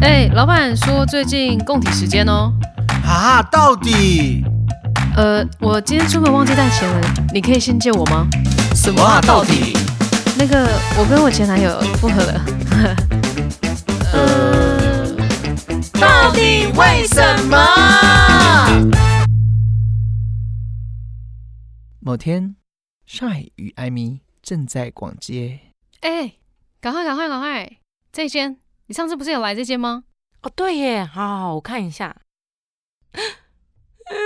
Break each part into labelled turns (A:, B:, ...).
A: 哎、老板说最近供体时间哦。
B: 啊，到底
A: 呃，我今天出门忘记带钱了，你可以先借我吗？
B: 什么啊？到底？
A: 那个，我跟我前男友复合了。 呃，
B: 到底为什么？
C: 某天，上海与艾米正在逛街。
A: 哎、赶快赶快赶快，这间，你上次不是有来这间吗？
D: 哦，对耶，好好好，我看一下。呃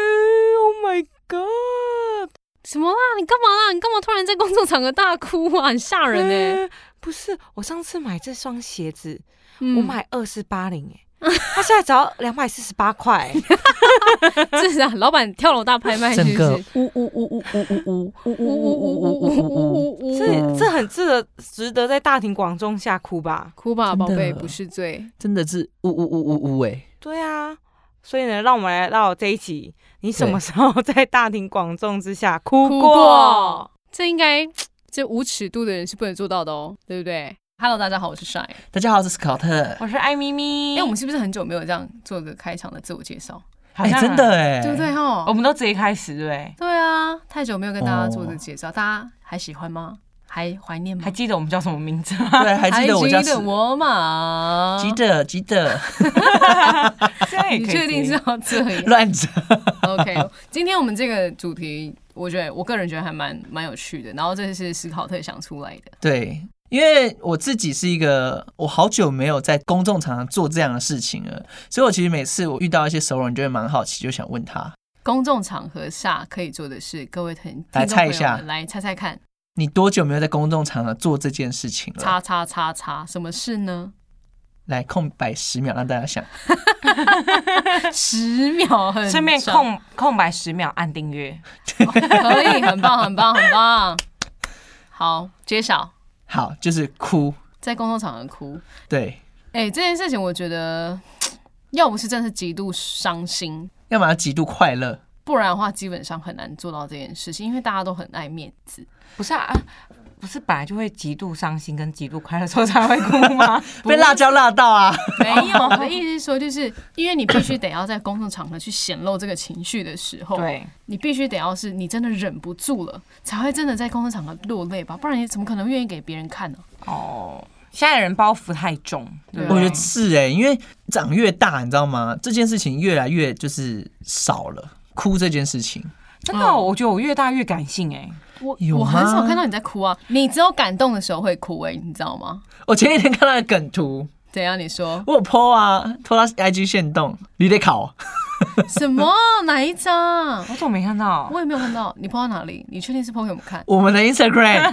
D: Oh my god！
A: 什么啦？你干嘛啦？你干嘛突然在公众场合大哭啊？很吓人呢、
D: 呃不是，我上次买这双鞋子，
A: 嗯
D: 我买二四八零， 哎，它现在只要两百四十八块 耶，
A: 这是啊，老板跳楼大拍卖是不
C: 整
A: 是？
C: 个呜呜呜呜呜呜呜呜呜呜呜呜呜
A: 呜呜
D: 这这很值得值得在大庭广众下哭吧？
A: 哭吧，
C: 真
A: 宝
C: 的
A: 贝，不是罪。
C: 真的是呜呜呜呜呜哎！
D: 对啊，所以呢，让我们来到这一集，你什么时候 在大庭广众之下哭
A: 哭过这应该这无尺度的人是不能做到的哦，对不对？Hello，大家好，我是 Shine。
C: 大家好，我是斯考特。
D: 我是艾咪咪，
A: 哎、我们是不是很久没有这样做个开场的自我介绍，哦
D: 好
C: 哎，
D: 像
C: 真的，哎，
A: 对不对
D: 我
A: 哈？
D: 们都直接开始对不对，
A: 对啊，太久没有跟大家做这个介绍，大家还喜欢吗？还怀念吗
D: 还？记得我们叫什么名字吗？
C: 对，还记得我叫
A: 记得我吗？
C: 记得 记得
D: 这样也
A: 你
D: 可以
A: 确定
D: 直
A: 是
D: 接
A: 要这样
C: 乱讲。
A: ？OK，今天我们这个主题，我觉得我个人觉得还蛮蛮有趣的。然后这是史考特想出来的，
C: 对，因为我自己是一个，我好久没有在公众场合做这样的事情了，所以我其实每次我遇到一些熟人，就会蛮好奇，就想问他，
A: 公众场合下可以做的事，各位听
C: 来
A: 听众
C: 猜一
A: 朋友
C: 下
A: 们来猜猜看，
C: 你多久没有在公众场合做这件事情了？
A: 叉叉叉叉，什么事呢？
C: 来空白十秒，让大家想。
A: 十秒很
D: 顺便
A: 长，
D: 空空白十秒按订阅，
A: 可以，很棒，很棒，很棒。好，揭晓，
C: 好，就是哭。
A: 在公众场合哭。
C: 对，
A: 哎、这件事情我觉得，要不是真的是极度伤心，
C: 要么极度快乐。
A: 不然的话，基本上很难做到这件事情，因为大家都很爱面 子。
D: 不是啊。啊不是本来就会极度伤心跟极度快乐的时候才会哭吗？
C: 被辣椒辣到啊！
A: 没有，我的意思是说，就是因为你必须得要在公众场合去显露这个情绪的时候，
D: 对，
A: 你必须得要是你真的忍不住了，才会真的在公众场合落泪吧，不然你怎么可能愿意给别人看呢、
D: 哦，现在人包袱太重，对不啊
C: 我觉
D: 对
C: 得是哎、因为长越大，你知道吗？这件事情越来越就是少了。哭这件事情，
D: 真的哦，
A: 嗯
D: 我觉得我越大越感性哎。
A: 我
C: 有
A: 我
C: 吗
A: 很少看到你在哭啊，你只有感动的时候会哭哎、你知道吗？
C: 我前几天看到的梗图，
A: 怎样？你说
C: 我有 po 啊，拖到 IG 线动，你得考。哦
A: 什么？哪一张？
D: 我怎么没看到？
A: 我也没有看到，你抛到哪里？你确定是抛给我们看？
C: 我们的 Instagram，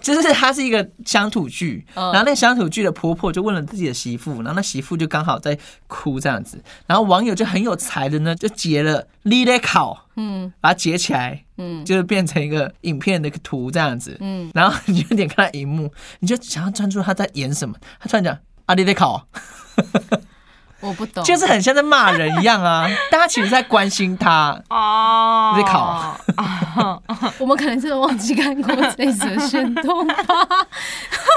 C: 就是它是一个乡土剧，
A: 嗯
C: 然后那乡土剧的婆婆就问了自己的媳妇，然后那媳妇就刚好在哭这样子，然后网友就很有才的呢，就截了你得考，
A: 嗯
C: 把它截起来，
A: 嗯
C: 就是变成一个影片的一个图这样子，
A: 嗯，
C: 然后你就点开荧幕，你就想要专注他在演什么，他突然讲啊阿里得考，
A: 哦我不懂，
C: 就是很像在骂人一 样啊，大家其实在关心他，
D: 哦，
C: 你在考
A: 我们可能真的忘记看过这一则行动吧。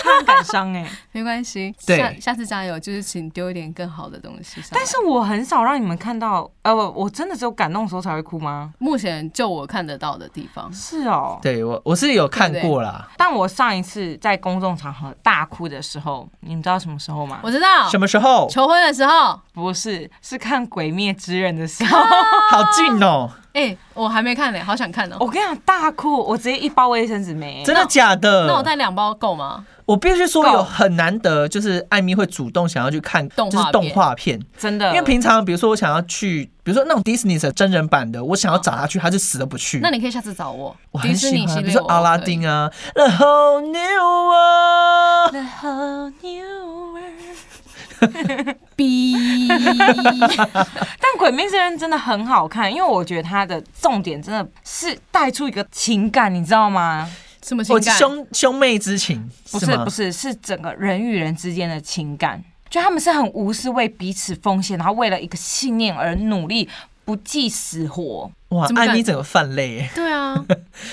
D: 他很感伤哎。
A: 没关系，
C: 对
A: 下下次加油，就是请丢一点更好的东西上来。
D: 但是我很少让你们看到，呃，我我真的只有感动的时候才会哭吗？
A: 目前就我看得到的地方，
D: 是哦，
C: 对我我是有看
A: 对不对
C: 过啦，
D: 但我上一次在公众场合大哭的时候，你们知道什么时候吗？
A: 我知道
C: 什么时候？
A: 求婚的时候，
D: 不是，是看《鬼灭之刃》的时 候，
C: 好近哦，
A: 哎、我还没看呢、好想看哦、
D: 我跟你讲大哭，我直接一包卫生纸没。
C: 真的假的？
A: 那我带两包够吗？
C: 我必须说
D: 够
C: 有很难得，就是艾米会主动想要去看，
A: 动画嗯
C: 就是动画片，
D: 真的，
C: 因为平常比如说我想要去，比如说那种迪士尼的真人版的，我想要找他去，他就死都不去。
A: 那你可以下次找我，
C: 嗯我
A: 迪
C: 很
A: 士尼
C: 喜
A: 系
C: 欢，比
A: 列
C: 如
A: 我
C: 说阿拉
A: 可以
C: 丁啊，The Whole New World，
D: The whole new world
A: 逼，
D: 但《鬼灭之刃》真的很好看，因为我觉得它的重点真的是带出一个情感，你知道吗？
A: 什么情
C: 我
A: 感？
C: 兄兄妹之情，
D: 不
C: 吗
D: 是不是，是整个人与人之间的情感，就他们是很无私为彼此奉献，然后为了一个信念而努力，不计死活。
C: 哇，
A: 怎么
C: 艾
A: 感
C: 米整个泛泪耶，
A: 对 啊，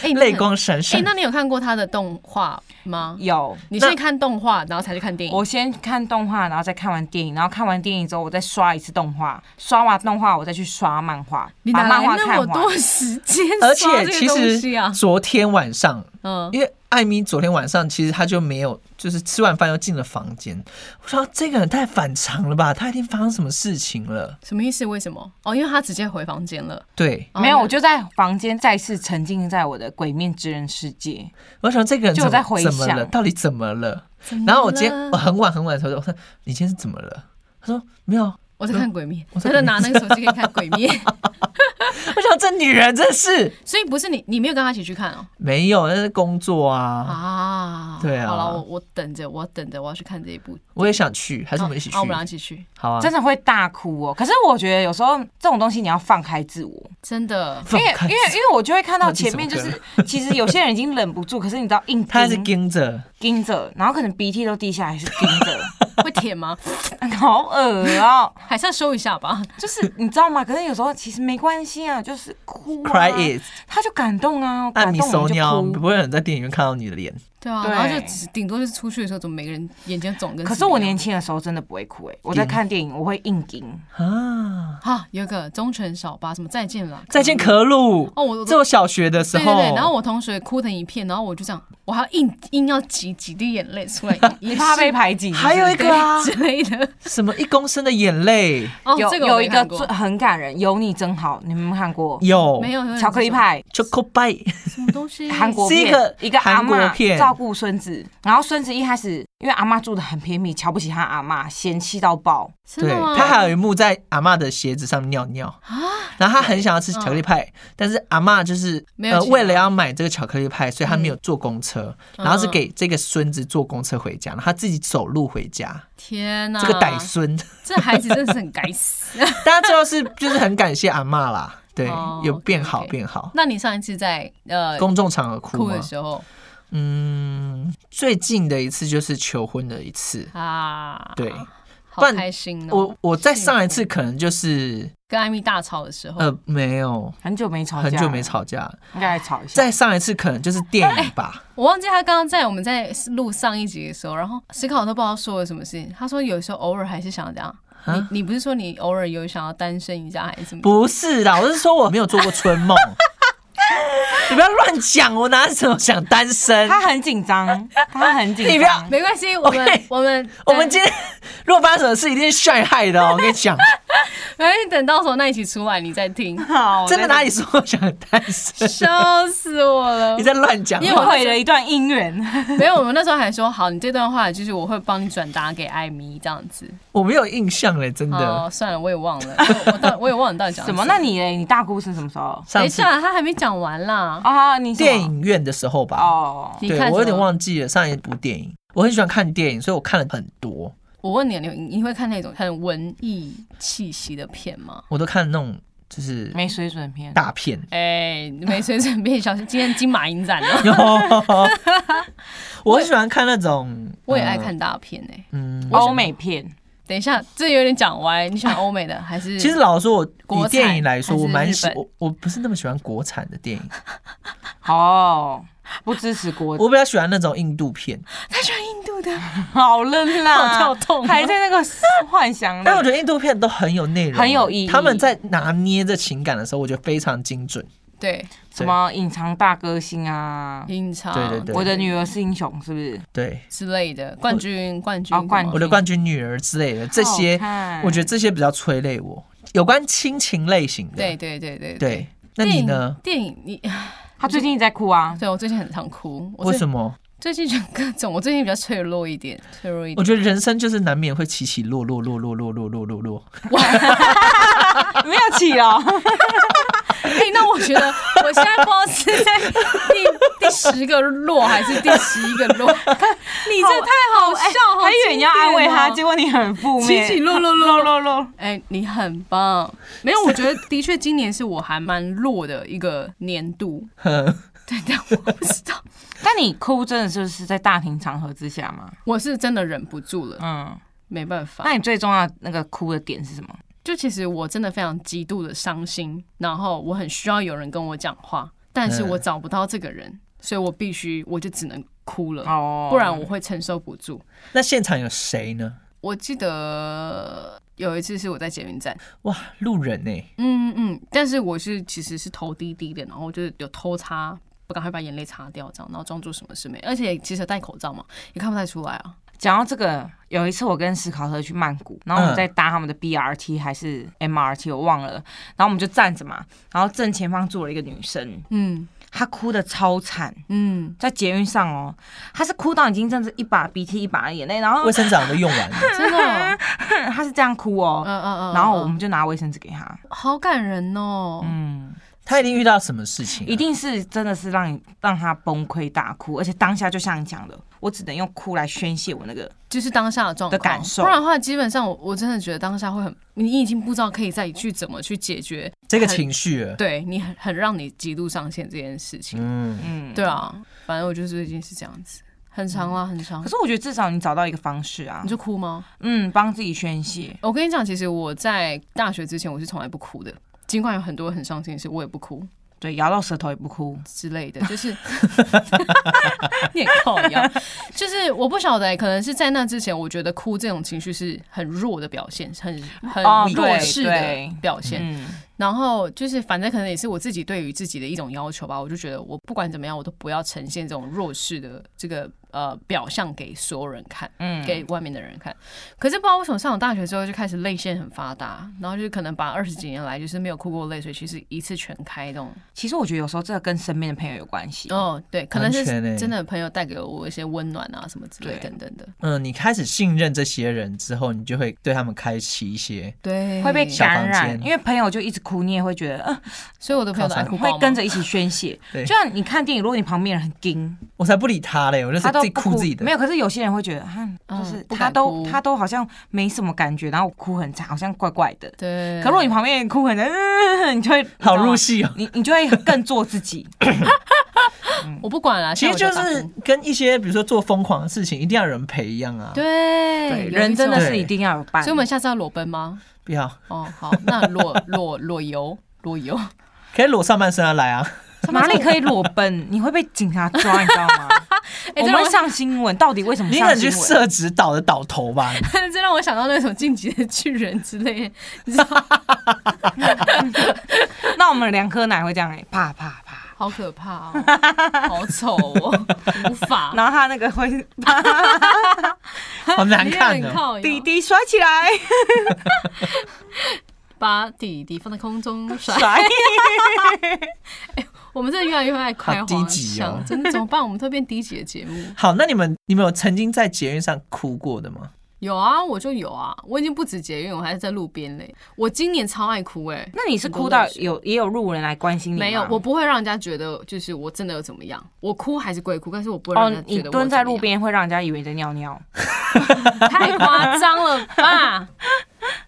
A: 哎、你
C: 泪
A: 很
C: 光闪
A: 哎、
C: 闪。
A: 那你有看过他的动画吗？
D: 有，
A: 你是看动画，然后才去看电影？
D: 我先看动画，然后再看完电影，然后看完电影之后，我再刷一次动画，刷完动画我再去刷漫画，
A: 你
D: 把
A: 哪
D: 漫
A: 来
D: 画
A: 那
D: 看
A: 么
D: 完。
A: 多时间
C: 而
A: 刷
C: 且
A: 这
C: 其
A: 个东西啊
C: 实？昨天晚上，
A: 嗯，
C: 因为艾米昨天晚上其实她就没有，就是吃完饭又进了房间。我说这个人太反常了吧，他一定发生什么事情了？
A: 什么意思？为什么？哦，因为他直接回房间了。
C: 对，
A: 哦
D: 没有，我就在房间再次沉浸在我的《鬼面之刃》世界。
C: 我想这个人
D: 就
C: 怎
D: 我在
C: 么
D: 回
C: 怎么
D: 想嗯啊
C: 了？到底怎么了？
A: 怎么
C: 然后我今天
A: 了
C: 我很晚很晚的时候，我说你今天是怎么了？他说没有啊。
A: 我在看《鬼灭》，
C: 我
A: 我
C: 在
A: 在拿那个手机给你看《鬼灭》，
C: 我想这女人真是
A: 所以不是你，你没有跟他一起去看哦。
C: 没有，那是工作啊。
A: 啊，
C: 对啊
A: 好了，我我等着，我等着，我要去看这一部。
C: 我也想去，还是我们一起去？
A: 好我们俩一起去，
C: 好啊，
D: 真的会大哭哦。可是我觉得有时候这种东西你要放开自我，
A: 真的。
D: 因
C: 放
D: 为
C: 开
D: 因为因为我就会看到前面就
C: 到底
D: 是，其实有些人已经忍不住，可是你知道硬
C: 他还是
D: 盯
C: 盯着，
D: 盯着，然后可能鼻涕都滴下来，还是盯着，
A: 会舔吗？
D: 好恶哦、
A: 还是要收一下吧。
D: 就是你知道吗？可是有时候其实没关系啊，就是哭、啊、
C: Cry it，
D: 他就感动啊，
C: 按
D: 感
C: 你
D: 动
C: 手
D: 我们
C: 鸟，
D: 就
C: 不
D: 哭。
C: 会有人在电影院看到你的脸。
A: 对啊，
D: 对
A: 然后就只顶多就是出去的时候，怎么每个人眼睛肿跟……
D: 可是我年轻的时候真的不会哭哎、我在看电影我会硬盯，嗯
C: 啊！
A: 啊，有一个忠犬小八，什么再见了，
C: 再见可鲁
A: 哦我我
C: 这我小学的时
A: 对
C: 候，
A: 对对，然后我同学哭成一片，然后我就这样，我还要硬硬要挤几滴眼泪出来，也
D: 你
A: 是
D: 怕被排挤。
C: 还有一个啊，
A: 之类的。
C: 什么一公升的眼泪，
A: 哦，
D: 有
A: 这个我
D: 有
A: 没
D: 一个
A: 看过
D: 最很感人，有你真好，你们有没有看过？
C: 有
A: 没有有点
D: 哦巧克力
A: 这种
D: 派，
C: Choco Pie，
A: 什么东西？
D: 韩国片
C: 是一个
D: 一个阿
C: 韩国
D: 嬷
C: 片
D: 照顾孙子，然后孙子一开始因为阿嬷住的很偏僻，瞧不起他阿嬷，嫌弃到爆。
A: 真
C: 对
A: 的吗？啊
C: 他还有一幕在阿嬷的鞋子上面尿尿，然后他很想要吃巧克力派，但是阿嬷就是
A: 嗯没有
C: 呃
A: 钱啊
C: 为了要买这个巧克力派，所以他没有坐公车，
A: 嗯
C: 然后是给这个孙子坐公车回家，然后他自己走路回家，
A: 天哪、
C: 这个歹孙，
A: 这孩子真的是很该死。
C: 大家最后是就是很感谢阿嬷啦，对
A: 哦，
C: 有变好
A: OK，OK
C: 变好。
A: 那你上一次在呃
C: 公众场合哭
A: 哭
C: 吗
A: 的？时候
C: 嗯，最近的一次就是求婚的一次。
A: 啊，
C: 对，
A: 好
C: 不然
A: 开心哦！哦
C: 我我再上一次可能就是
A: 跟艾米大吵的时候，
C: 呃没有
D: 很久没吵架，
C: 很久没，吵架，
D: 应该来吵一下。
C: 再上一次可能就是电
A: 哎
C: 影吧。
A: 我忘记他刚刚在我们在录上一集的时候，然后思考都不知道说了什么事情。他说有时候偶尔还是想要这样。
C: 啊
A: 你你不是说你偶尔有想要单身一下还是什么？
C: 不是啦，我是说我没有做过春 梦。你不要乱讲，我哪有想单身？
D: 他很紧 张，他很紧
C: 你不要
D: 张。
A: 没关系，我们
C: OK
A: 我们
C: 我们今天如果发生什么事，一定是帅害的哦！我跟你讲，
A: 等没关系哎等到时候那一起出来你再听，
D: 好，
C: 真的哪里说我想单身？
A: 笑死我了
C: 你。在乱讲。
A: 因为
D: 我
A: 我
D: 毁了一段姻 缘。
A: 没有，我们那时候还说好，你这段话就是我会帮你转达给艾米这样子。
C: 我没有印象嘞，真
A: 哦，
C: 的。
A: 算了，我也忘 了，我我到我也忘了你到底讲
D: 什么？那你嘞？你大姑是什么时候？
A: 等
C: 上
A: 一
C: 次
A: 下，他还没讲完啦。
D: 啊，你什么
C: 电影院的时候吧，
D: 哦，
A: 你
C: 对
A: 看什么
C: 我有点。忘记了上一部电影。我很喜欢看电影，所以我看了很多，
A: 我问你，你你会看那种很文艺气息的片吗？
C: 我都看那种就是
D: 没水准片。
C: 大片。
A: 哎、没水准变小心，今天金马影展了。
C: 有，我很喜欢看那种，呃
A: 我也爱看大片哎、
C: 嗯。嗯，
D: 欧美片，
A: 等一下，这有点讲歪。你喜欢欧美的还是？
C: 其实老实说，我
A: 国
C: 以
A: 产
C: 电影来说，
A: 还是
C: 我蛮喜
A: 日本
C: 我我不是那么喜欢国产的电影，
D: 哦，不支持国
C: 我比较喜欢那种印度片。
A: 他喜欢印度的，
C: 啊
D: 好了啦，
A: 好跳痛哦
D: 还在那个幻
A: 嗯
D: 想里
C: 但。我觉得印度片都很有内容，啊
D: 很有意义
C: 他们在拿捏这情感的时候，我觉得非常精准。
A: 对，
D: 什么隐藏大歌星啊，
A: 隐藏
C: 对对对
D: 我的女儿是英雄，是不是？
C: 对，
A: 之类的冠军冠军
D: 哦冠
A: 什么
C: 我的冠军女儿之类的这些
D: 好看，
C: 我觉得这些比较催泪我。有关亲情类型的，
A: 对对对对
C: 对。那你呢？？
A: 电影电影你
D: 她最近一直在哭啊，
A: 对我最近很常哭，我
C: 为
A: 最
C: 什么？
A: 最近就各种，我最近比较脆弱一点，脆弱一
C: 我
A: 点。
C: 觉得人生就是难免会起起落落落落落落落落落。
D: 没有起哦，
A: 哎、那我觉得我现在不知道是在第 第十个落还是第十一个 落， 你这太好笑，好
D: 哎还以为你要安慰她，结
A: 就
D: 果你很负面，
A: 起起落落落
D: 落落落。
A: 哎、你很棒。没有，我觉得的确今年是我还蛮弱的一个年度，
C: 哼
A: 对，但我不知道，
D: 但你哭真的就是在大庭场合之下吗？
A: 我是真的忍不住了，
D: 嗯，
A: 没办法。
D: 那你最重要的那个哭的点是什么？
A: 就其实我真的非常极度的伤心，然后我很需要有人跟我讲话，但是我找不到这个人，所以我必须我就只能哭了，
D: 哦
A: 不然我会承受不住。
C: 那现场有谁呢？
A: 我记得有一次是我在捷运站，
C: 哇，路人呢、
A: 嗯嗯嗯，但是我是其实是头低低的，然后就是有偷擦，我赶快把眼泪擦掉，这样，然后装作什么事没，而且其实戴口罩嘛，也看不太出来啊。
D: 讲到这个，有一次我跟史考特去曼谷，然后我
C: 嗯
D: 们在搭他们的 BRT 还是 MRT，我忘了，然后我们就站着嘛，然后正前方坐了一个女生，
A: 嗯
D: 她哭的超惨，
A: 嗯，
D: 在捷运上哦，她是哭到已经真的是一把鼻涕一把眼泪，然后
C: 卫生纸我都用完了，
A: 真的哦，
D: 她是这样哭
A: 嗯
D: 哦，
A: 嗯嗯，
D: 然后我
A: 嗯
D: 们就拿卫生纸给她，
A: 好感人哦，
D: 嗯，
C: 他一定遇到什么事情啊、
D: 一定是真的是让你让她崩溃大哭，而且当下就像你讲的，我只能用哭来宣泄我那个，
A: 就是当下的状况
D: 的感受
A: 哦不然的话，基本上我我真的觉得当下会很，你已经不知道可以再去怎么去解决
C: 这个
A: 很
C: 情绪了。
A: 对你很很让你极度上线这件事情。
C: 嗯，
D: 嗯，
A: 对。啊，反正我就是最近是这样子，很长啦，很长
D: 可。是我觉得至少你找到一个方式啊
A: 你，就哭吗？
D: 嗯，帮自己宣泄。
A: 我跟你讲，其实我在大学之前我是从来不哭的，尽管有很多很伤心的事，我也不哭
D: 对，咬到舌头也不哭。
A: 之类 的，就是 念靠腰，就是我不晓得欸、可能是在那之前，我觉得哭这种情绪是很弱的表现，很很
D: 哦
A: 弱
D: 对
A: 势的
D: 对
A: 表现。
D: 嗯，
A: 然后就是，反正可能也是我自己对于自己的一种要求吧。我就觉得，我不管怎么样，我都不要呈现这种弱势的这个呃表象给所有人看，
D: 嗯
A: 给外面的人看。可是不知道为什么上了大学之后就开始泪腺很发达，然后就是可能把二十几年来就是没有哭过泪水，其实一次全开这种。
D: 其实我觉得有时候这个跟身边的朋友有关系。
A: 哦，对，可能是
C: 完全欸
A: 真的朋友带给了我一些温暖啊什么之类
D: 对
A: 等等的，
C: 嗯，你开始信任这些人之后，你就会对他们开启一些。
A: 对，
D: 会被
C: 小
D: 感
C: 房
D: 染，
C: 间
D: 因为朋友就一直哭，你也会觉得，嗯、
A: 所以我的朋友都爱
C: 靠
A: 哭包
D: 会
A: 吗
D: 跟着一起宣泄。
C: 对
D: 就像你看电影，如果你旁边人很惊，
C: 我才不理他嘞，我就是
D: 他
C: 自
D: 都
C: 己
D: 不
C: 哭自己的。
D: 没有，可是有些人会觉得，哈、
A: 嗯
D: 就是
A: 不
D: 他
A: 敢
D: 都
A: 哭
D: 他都好像没什么感觉，然后哭很惨，好像怪怪的。
A: 对，
D: 可如果你旁边人哭很惨，嗯，你就会
C: 好入，戏 哦。
D: 你知道吗你你就会更做自己。
A: 我不管啦，
C: 其实就
A: 像我大
C: 是
A: 姑
C: 跟一些比如说做疯狂的事情，一定要有人陪一样啊。，
A: 对有一
D: 人真的
A: 种
D: 是一定要有伴。
A: 所以我们下次要裸奔吗？
C: 不要，
A: 哦，好，那裸 裸裸游，裸游，
C: 可以裸上半身啊来 啊。
D: 哪 里可以裸奔？你会被警察抓，你知道吗？我
A: 哎这
D: 们
A: 让
D: 会
A: 我
D: 上新闻，到底为什么
C: 你
D: 上
C: 可能去
D: 新闻？
C: 射指导的导头吧，
A: 这让我想到那种晋级的巨人之类的，你知道吗，
D: 那我们两颗奶会这样哎、啪啪啪，
A: 好可怕哦， 好丑 哦，无法，
D: 然后它那个会
C: 好难看
A: 你很
C: 哦。
A: 靠
D: 滴
A: 腰，
D: 滴甩起 来，
A: 把弟弟放在空中甩。
D: 甩。
A: 我们真的越来越爱开
C: 好低
A: 黄
C: 级哦
A: 腔，真的怎么办？我们特别低级的节目。
C: 好，那你们你们有曾经在捷运上哭过的吗？
A: 有啊，我就有啊，我已经不止捷运，我还在路边嘞。我今年超爱哭哎、
D: 那你是哭到有也有路人来关心你吗
A: 没有，我不会让人家觉得就是我真的有怎么样，我哭还是鬼哭，但是我不会让
D: 哦
A: 人家，觉
D: 你
A: 得我
D: 蹲在
A: 怎么
D: 路
A: 样
D: 边会让人家以为你在尿尿。
A: 太夸张了 吧？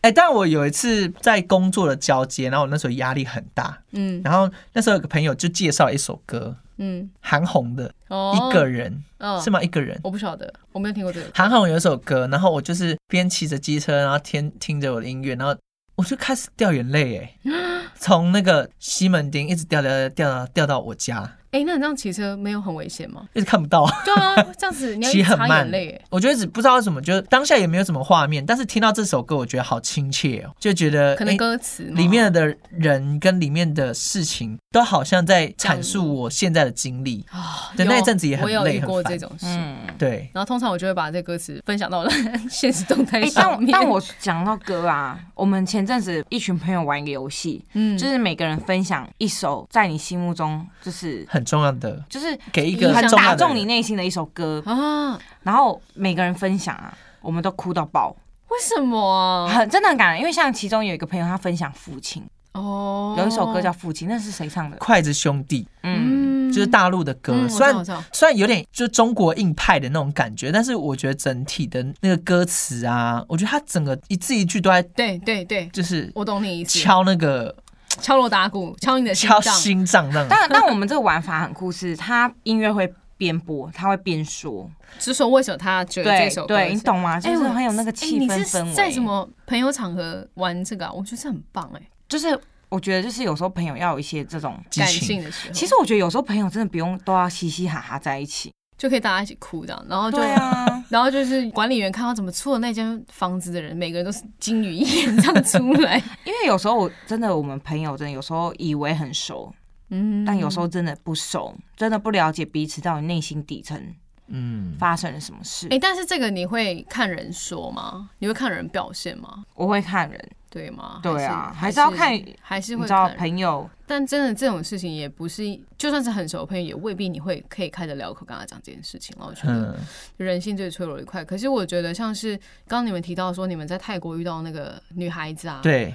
C: 哎、但我有一次在工作的交接，然后我那时候压力很大，
A: 嗯
C: 然后那时候有个朋友就介绍了一首歌，
A: 嗯，
C: 韩红的
A: 哦
C: 《一个人》，
A: 嗯
C: 是吗？一个人。
A: 我不晓得，我没有听过这个。
C: 韩红有一首歌，然后我就是边骑着机车，然后听听着我的音乐，然后我就开始掉眼泪，哎， 从那个西门町一直掉掉掉掉到掉到我家，
A: 哎、那你这样骑车没有很危险吗？
C: 一直看不到，
A: 对啊，这样子你要一
C: 骑
A: 直
C: 很
A: 擦
C: 慢
A: 眼泪、欸。。
C: 我觉得只不知道为什么，就是当下也没有什么画面，但是听到这首歌，我觉得好亲切哦，就觉得
A: 可能
C: 哎
A: 歌词嘛
C: 里面的人跟里面的事情都好像在阐述我现在的经历。
A: 啊，
C: 对
A: 有
C: 那一阵子也很
A: 我有
C: 累
A: 遇
C: 很
A: 过
C: 烦
A: 这种事。
D: 嗯，
C: 对，
A: 然后通常我就会把这歌词分享到我的 现实动态
D: 哎、但
A: 上
D: 我
A: 面。
D: 但我讲到歌啊，我们前阵子一群朋友玩一个游戏，
A: 嗯
D: 就是每个人分享一首在你心目中就是
C: 很重要的，
D: 就是
C: 给一个
A: 很
C: 很重要
D: 打
C: 的
D: 中你
C: 人
D: 内心的一首歌，
A: 啊，
D: 然后每个人分享啊，我们都哭到爆，
A: 为什么啊？
D: 很真的很感人。因为像其中有一个朋友，他分享《父亲
A: 哦》，
D: 有一首歌叫《父亲》，那是谁唱的？
C: 筷子兄弟，
D: 嗯，
A: 嗯
C: 就是大陆的歌，
A: 嗯
C: 虽然
A: 我知道我知道
C: 虽然有点就是中国硬派的那种感觉，但是我觉得整体的那个歌词啊，我觉得它整个一字一句都在
A: 对对对，
C: 就是
A: 我懂你意思。
C: 敲那个
A: 敲锣打鼓，敲你的心
C: 敲
A: 脏。
C: 心脏那样。
D: 但但我们这个玩法很酷是，他音乐会边播，他会边说，
A: 只说为什么他觉得这
D: 对
A: 首歌是？
D: 对，你懂吗？就是
A: 我
D: 很有那个气氛
A: 哎你
D: 氛围。
A: 是在什么朋友场合玩这个、啊？我觉得这很棒哎、
D: 就是我觉得就是有时候朋友要有一些这种，
C: 激
A: 感
C: 情
A: 性的时候，
D: 其实我觉得有时候朋友真的不用都要嘻嘻哈哈在一起。
A: 就可以大家一起哭这样，然后就。
D: 对啊，
A: 然后就是管理员看到怎么错那间房子的人，每个人都是金鱼一眼这样出 来。
D: 因为有时候我真的我们朋友真的有时候以为很熟，
A: 嗯，
D: 但有时候真的不熟，真的不了解彼此到底内心底层
C: 嗯，
D: 发生了什么事
A: 哎、。但是这个你会看人说吗？你会看人表现吗？
D: 我会看人，
A: 对吗？
D: 对啊
A: 还
D: 还是要看
A: 还是
D: 你
A: 会
D: 知道
A: 看人。
D: 朋友
A: 但真的这种事情也不是，就算是很熟的朋友，也未必你会可以开得了口跟他讲这件事情。然后我觉得
C: 嗯，
A: 人性最脆弱的一块。可是我觉得，像是刚刚你们提到说你们在泰国遇到那个女孩子啊，，
C: 对，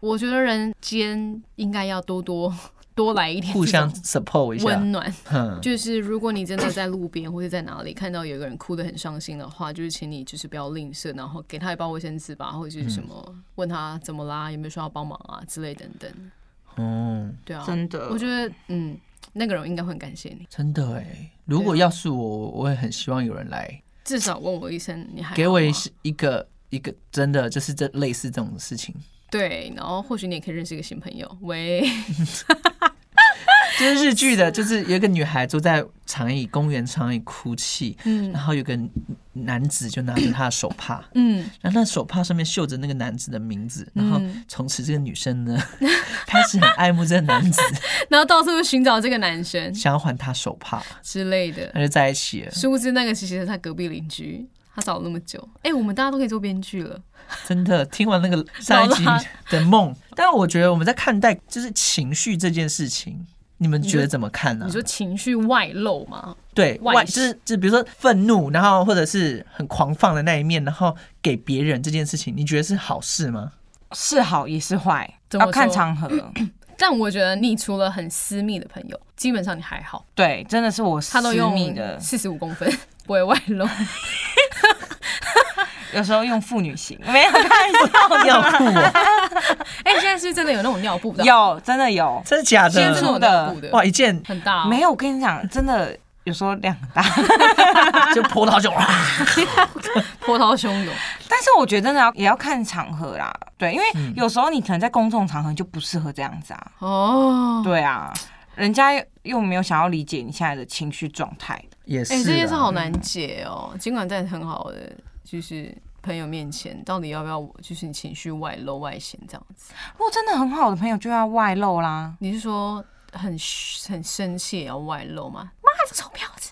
A: 我觉得人间应该要多多多来一点
C: 互 相
A: 这种
C: support 一下
A: 温，暖。
C: 嗯，
A: 就是如果你真的在路边或者在哪里看到有一个人哭得很伤心的话，就是请你就是不要吝啬，然后给他一包卫生纸吧，或者是什么、问他怎么啦，有没有需要帮忙啊之类等等。
C: 哦，
A: 对啊，
D: 真的，
A: 我觉得嗯，那个人应该会很感谢你，
C: 真的哎，如果要是我，我我会很希望有人来
A: 至少问我一声你还好吗啊
C: 给我一一个一个真的就是这类似这种事情，
A: 对，然后或许你也可以认识一个新朋友。喂。
C: 就是日剧的，就是有一个女孩坐在长椅公园长椅哭泣，
A: 嗯
C: 然后有个男子就拿着她的手帕，
A: 嗯，
C: 然后那手帕上面绣着那个男子的名字，然后
A: 嗯
C: 从此这个女生呢 开始很爱慕这个男子，
A: 然后到处寻找这个男生
C: 想要还他手帕，
A: 之类的。
C: 那就在一起了，
A: 殊不知那个其实是他隔壁邻居，他找了那么久。哎、我们大家都可以做编剧了。
C: 真的。听完那个上一集
A: 好啦
C: 的梦，但我觉得我们在看待就是情绪这件事情。你们觉得怎么看呢、
A: 你说情绪外露吗？
C: 对
A: 外
C: 外
A: 显
C: 就是就比如说愤怒，然后或者是很狂放的那一面，然后给别人这件事情，你觉得是好 事吗？
D: 是好也是坏，
A: 怎么
D: 要看
A: 说
D: 场合。
A: 但我觉得你除了很私密的朋友，基本上你还好，
D: 对，真的是我
A: 他都
D: 私
A: 用
D: 密的，
A: 四十五公分， 不会外露。
D: 有时候用妇女型，没有开玩
C: 要
D: 笑
C: 哭哦，
A: 哎、现在是不是真的有那种尿布 的
D: 的，，有真的有，
C: 真的假
A: 现在真的
C: 的？
A: 有尿布的，
C: 哇，一见
A: 很大、哦。
D: 没有我跟你讲，真的有时候量很大，
C: 就葡萄酒哇，
A: 波涛汹涌，
D: 但是我觉得真的要也要看场合啦，对，因为有时候你可能在公众场合就不适合这样子啊，
A: 哦，
D: 对啊，人家又没有想要理解你现在的情绪状态，
C: 也是
A: 哎、
C: 啊。
A: 这件事好难解哦。尽管在很好的就是朋友面前，到底要不要就是你情绪外露外显这样子？
D: 如果真的很好的朋友就要外露啦，
A: 你是说很很生气也要外露吗？妈，这个臭婊子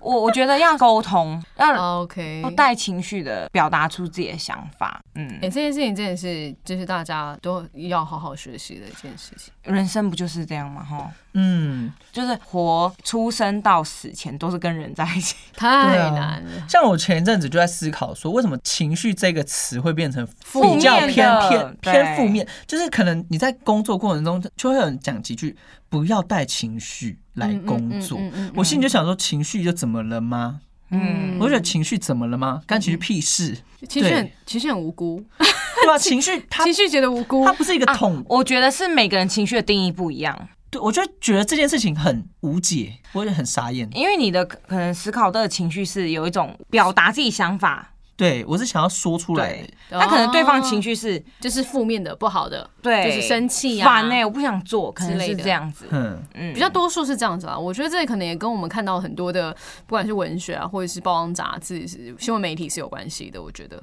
D: 我我觉得要沟通，要
A: 哦！OK，
D: 要带情绪的表达出自己的想法，嗯
A: 哎、，这件事情真的是就是大家都要好好学习的一件事情。
D: 人生不就是这样吗？哈。
C: 嗯，
D: 就是活出生到死前都是跟人在一起，
A: 太
C: 对啊
A: 难了，
C: 像我前一阵子就在思考说，为什么情绪这个词会变成
A: 负面
C: 比较偏
D: 的
C: 偏
D: 对
C: 偏负面？就是可能你在工作过程中就会有人讲几句，不要带情绪来
A: 嗯嗯
C: 工作
A: 嗯嗯嗯。
C: 我心里就想说，情绪又怎么了吗？
A: 嗯
C: 我就觉得情绪怎么了吗？干情绪屁事，
A: 情绪很
C: 对
A: 情绪很无辜，
C: 对吧？情绪它
A: 情绪觉得无辜
C: 它，不是一个统，
D: 我觉得是每个人情绪的定义不一样，
C: 对我就觉得这件事情很无解，我也很傻眼。
D: 因为你的可可能思考的情绪是有一种表达自己想法，
C: 对我是想要说出来的
D: 对，，
A: 哦
D: 那可能对方情
A: 绪
D: 绪是
A: 就是负面的、不好的，
D: 对，
A: 就是生气啊
D: 烦哎，我不想做，可能
A: 之类
D: 是
A: 的
D: 这样子，
C: 嗯，
D: 嗯，
A: 比较多数是这样子啊，我觉得这可能也跟我们看到很多的，不管是文学啊，或者是报章杂志、是新闻媒体是有关系的。我觉得，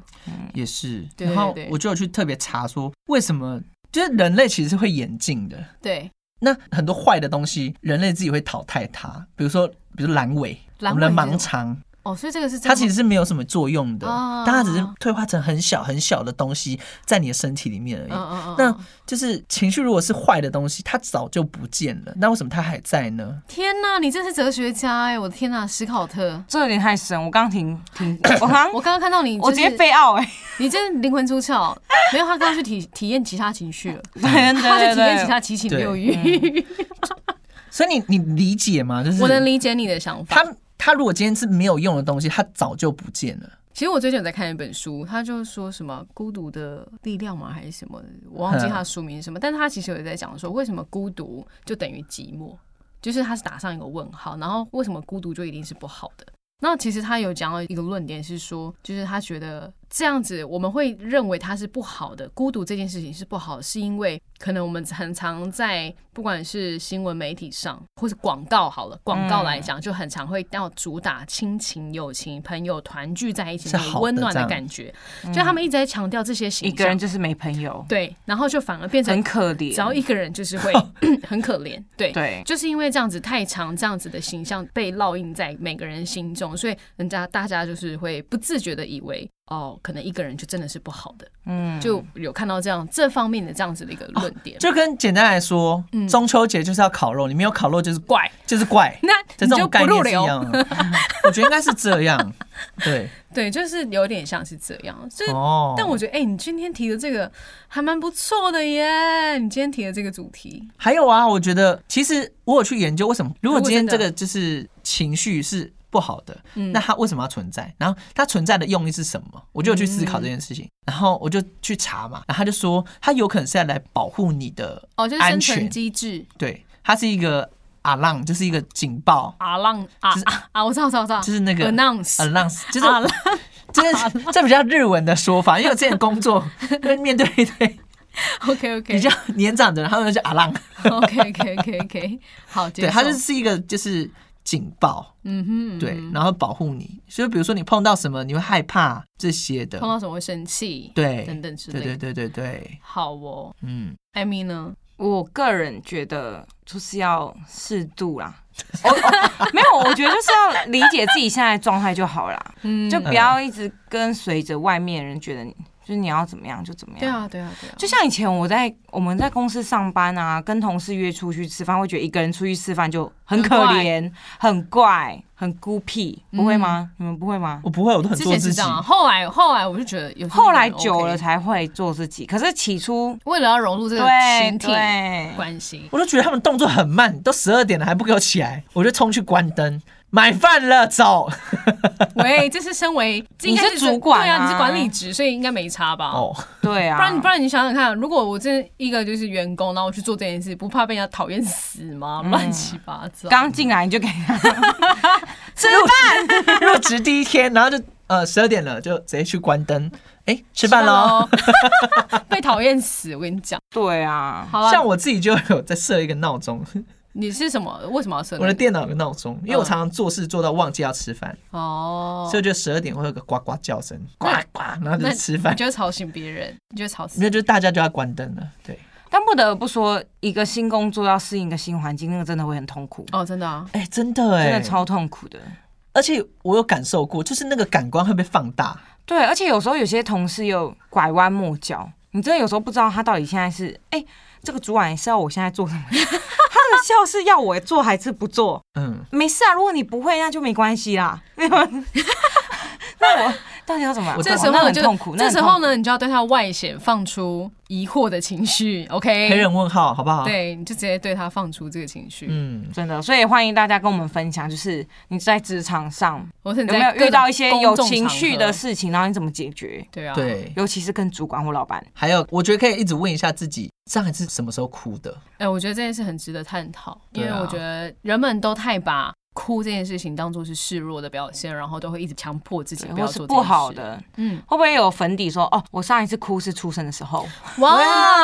C: 也是。
A: 对
C: 然后
A: 对对
C: 我就有去特别查说，为什么就是人类其实是会演进的。
A: 对，
C: 那很多坏的东西，人类自己会淘汰它，比如说，比如阑尾，
A: 阑尾
C: 我们的
A: 是什
C: 盲
A: 么
C: 肠，
A: 哦，所以这个是真
C: 它
A: 的
C: 其实是没有什么作用的，
A: 哦
C: 但它只是退化成很小很小的东西在你的身体里面而已。
A: 嗯嗯嗯
C: 那
A: 嗯，
C: 就是情绪，如果是坏的东西，它早就不见了，那为什么它还在呢？
A: 天哪，你真是哲学家哎、我的天哪，史考特，
D: 这有点太深，我刚停 停，我刚
A: 我刚刚看到你、
D: 我直接
A: 飞，
D: 飞奥哎，
A: 你真是灵魂出 窍，没有他刚刚去体体验其他情绪了，
D: 对 对
A: 他去
D: 对
A: 体验其
D: 对，
A: 他七情六 欲，
C: 所以你你理解吗？就是
A: 嗯我能理解你的想法。
C: 它它如果今天是没有用的东西，它早就不见了。
A: 其实我最近有在看一本书，他就说什么孤独的力量嘛，还是什么的，我忘记他的书名是什么。但是他其实有在讲说，为什么孤独就等于寂寞，就是他是打上一个问号。然后为什么孤独就一定是不好的？那其实他有讲到一个论点是说，就是他觉得这样子我们会认为它是不好的，孤独这件事情是不好的，是因为可能我们很常在不管是新闻媒体上或是广告好了，广告来讲就很常会要主打亲情、友情、朋友团聚在一起
C: 是
A: 那
C: 好的
A: 种温暖
C: 这
A: 的
C: 样嗯
A: 感觉，就他们一直在强调这些形
D: 一
A: 象，
D: 个人就是没朋友，
A: 对，然后就反而变成
D: 很可怜。
A: 只要一个人就是 会很可怜，对，
D: 对
A: 就是因为这样子太长，这样子的形象被烙印在每个人心中，所以人家大家就是会不自觉的以为，哦，可能一个人就真的是不好的，
D: 嗯，
A: 就有看到这样这方面的这样子的一个论点。
C: 就跟简单来说，
A: 嗯
C: 中秋节就是要烤肉，你没有烤肉就是
A: 怪，
C: 就是怪，
A: 那
C: 这
A: 你就
C: 种
A: 不哦
C: 概
A: 入
C: 念是一
A: 流，
C: 样的。 我觉得应该是 这样，对，
A: 对，就是有点像是这样。所以，
C: 哦。
A: 但我觉得，哎、你今天提的这个还蛮不错的耶！你今天提的这个主题，
C: 还有啊，我觉得其实我有去研究为什么，如果今天
A: 如果
C: 这
A: 真的
C: 个就是情绪是不好的，
A: 嗯
C: 那它为什么要存在？然后它存在的用意是什么？我就有去思考这件事
A: 嗯
C: 情，然后我就去查嘛，然后他就说，它有可能是在来保护你的
A: 哦，就是
C: 安
A: 生
C: 全
A: 存，机制，
C: 对，它是一个阿浪，就是一个警报。
A: 啊浪啊
C: 就是
A: 啊啊！我知道，我知道，我知道，
C: 就是那个
A: announce，
C: a l a n c e 就是
A: 啊浪
C: 这这比较日文的说法，因为我之前工作就是面对一堆
A: OK OK，
C: 比 较年长的人，他们就叫阿浪，
A: OK OK OK OK，好，接
C: 对，它
A: 受
C: 就是一个就是警报，
A: 嗯哼，
C: 对，然后保护你。所以比如说你碰到什么，你会害怕这些的
A: 碰，到什么会生气，
C: 对，
A: 等等之类
C: 对
A: 的。
C: 对对对对，
A: 好哦，
C: 嗯，
A: 艾米呢？
D: 我个人觉得就是要适度 啦。我没有，我觉得就是要理解自己现在的状态就好啦，
A: 嗯，
D: 就不要一直跟随着外面的人觉得你，就是你要怎么样就怎么样。
A: 对啊，对啊，对啊，
D: 就像以前我在我们在公司上班啊，跟同事约出去吃饭，会觉得一个人出去吃饭就很可怜、很怪、很孤僻，不会
A: 嗯
D: 吗？你们不会吗？
C: 我不会，我都很
A: 之
C: 做
A: 前是
C: 自
A: 这
C: 己
A: 样，啊，后来后来我就觉得有时候
D: 后来
A: 觉得
D: 久了
A: OK，
D: 才会做自己，可是起初
A: 为了要融入这个
D: 对
A: 群体
D: 对，
A: 关系，
C: 我都觉得他们动作很慢，都十二点了还不给我起来，我就冲去关灯。买饭了，走！
A: 喂，这是身为这应该
D: 你是主管啊
A: 对啊，你是管理职，所以应该没差吧？
C: 哦，
D: 对啊，
A: 不然不然你想想看，如果我真的一个就是员工，然后我去做这件事，不怕被人家讨厌死吗？
D: 嗯
A: 乱七八糟。
D: 刚进来你就给 他吃
C: 入职第一天，然后就呃十二点了，就直接去关灯。哎，吃饭喽！
A: 喽， 被讨厌死！我跟你讲，
D: 对啊，
A: 好了，
C: 像我自己就有在设一个闹钟，
A: 你是什么？为什么要设那个？
C: 我的电脑有个闹钟，因为我常常做事做到忘记要吃饭，
A: 哦，
C: 所以就十二点会有个呱呱叫声，呱
A: 那
C: 呱，然后就
A: 那
C: 是吃饭
A: 你，就会吵醒别人，你就会吵死
C: 那。就大家就要关灯了。对，
D: 但不得不说，一个新工作要适应一个新环境，那个真的会很痛苦，
A: 哦，真的啊，
C: 哎，真的
D: 真
C: 哎
D: 的，超痛苦的。
C: 而且我有感受过，就是那个感官会被放大，
D: 对，而且有时候有些同事又拐弯抹角，你真的有时候不知道他到底现在是，哎、这个主管是要我现在做什么？ 他的笑是要我做还是不做？
C: 嗯，
D: 没事啊，如果你不会，那就没关系 啦。那我到底要怎么办？
C: 我
A: 这
C: 懂
A: 时
D: 哦啊那
A: 候
D: 很
A: 就
D: 痛苦。那
A: 这
D: 很
A: 时
D: 痛
A: 候
D: 苦？
A: 呢，你就要对他外显放出疑惑的情绪
C: 黑
A: ，OK？
C: 人问号，好不好？，
A: 对，你就直接对他放出这个情绪，
C: 嗯，
D: 真的，所以欢迎大家跟我们分享，就是你在职场上
A: 或是你在
D: 有没有
A: 各种
D: 遇到一些有
A: 公众
D: 情绪的
A: 场合？
D: 事情，然后你怎么解决？
A: 对啊，，
C: 对。
D: 尤其是跟主管或老板。
C: 还有，我觉得可以一直问一下自己，上一次什么时候哭的？
A: 哎，我觉得这件事很值得探讨，因为
C: 对啊
A: 我觉得人们都太把哭这件事情当做是示弱的表现，然后都会一直强迫自己
D: 对
A: 不
D: 或
A: 要
D: 是
A: 做这
D: 不
A: 件事
D: 好。的，
A: 嗯，
D: 会不会有粉底说哦，我上一次哭是出生的 时候，
A: 哇
C: 哇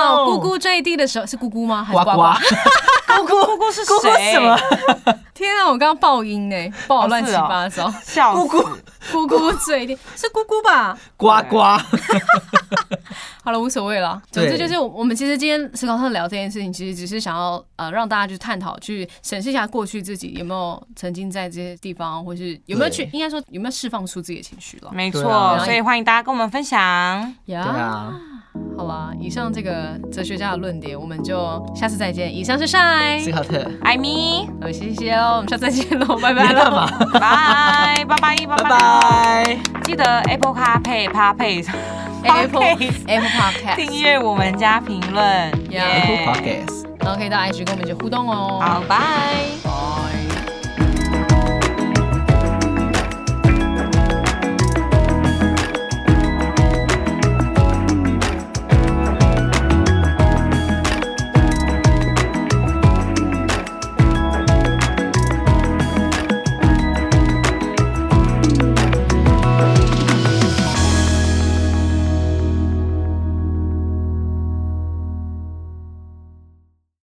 C: 哦
A: 哦，姑姑坠地的时候是姑姑吗？还是
C: 呱
A: 呱
C: 呱，
D: 姑姑姑姑是
C: 姑姑
D: 谁？
C: 什么？
A: 天啊，我刚刚爆音呢，爆得乱七
D: 哦是哦
A: 八糟。
D: 笑
C: 姑
D: 死
A: 姑
C: 姑
A: 姑坠地是姑姑吧？
C: 呱呱，
A: 好了，无所谓了。总
C: 对
A: 之就是我我们其实今天史考特聊这件事情，其实只是想要呃让大家去探讨、去审视一下过去自己有没有曾经在这些地方，或是有没有去
C: 对
A: 应该说有没有释放出自己的情绪了。
D: 没
C: 对
D: 错
C: 啊，
D: 所以欢迎大家跟我们分享。
A: 呀
C: 对啊，
A: 好啦，以上这个哲学家的论点，我们就下次再见。以上是晒，
C: 斯考特，
D: 艾米，
A: 好，谢谢哦，我们下次再见喽，拜
C: 你
A: 拜
C: 在干
A: 了。
C: 嘛？
D: 拜拜拜拜拜
C: 拜
D: 拜，
C: 拜。
D: 记得 Apple Car 配 Par 配
A: Apple
D: Podcast
A: Apple Podcast，
D: 订阅我们加评论，
A: Yeah
D: 耶
C: Apple Podcast。
A: 然后可以到 IG 跟我们一起互动哦。
D: 好，拜。
A: 拜。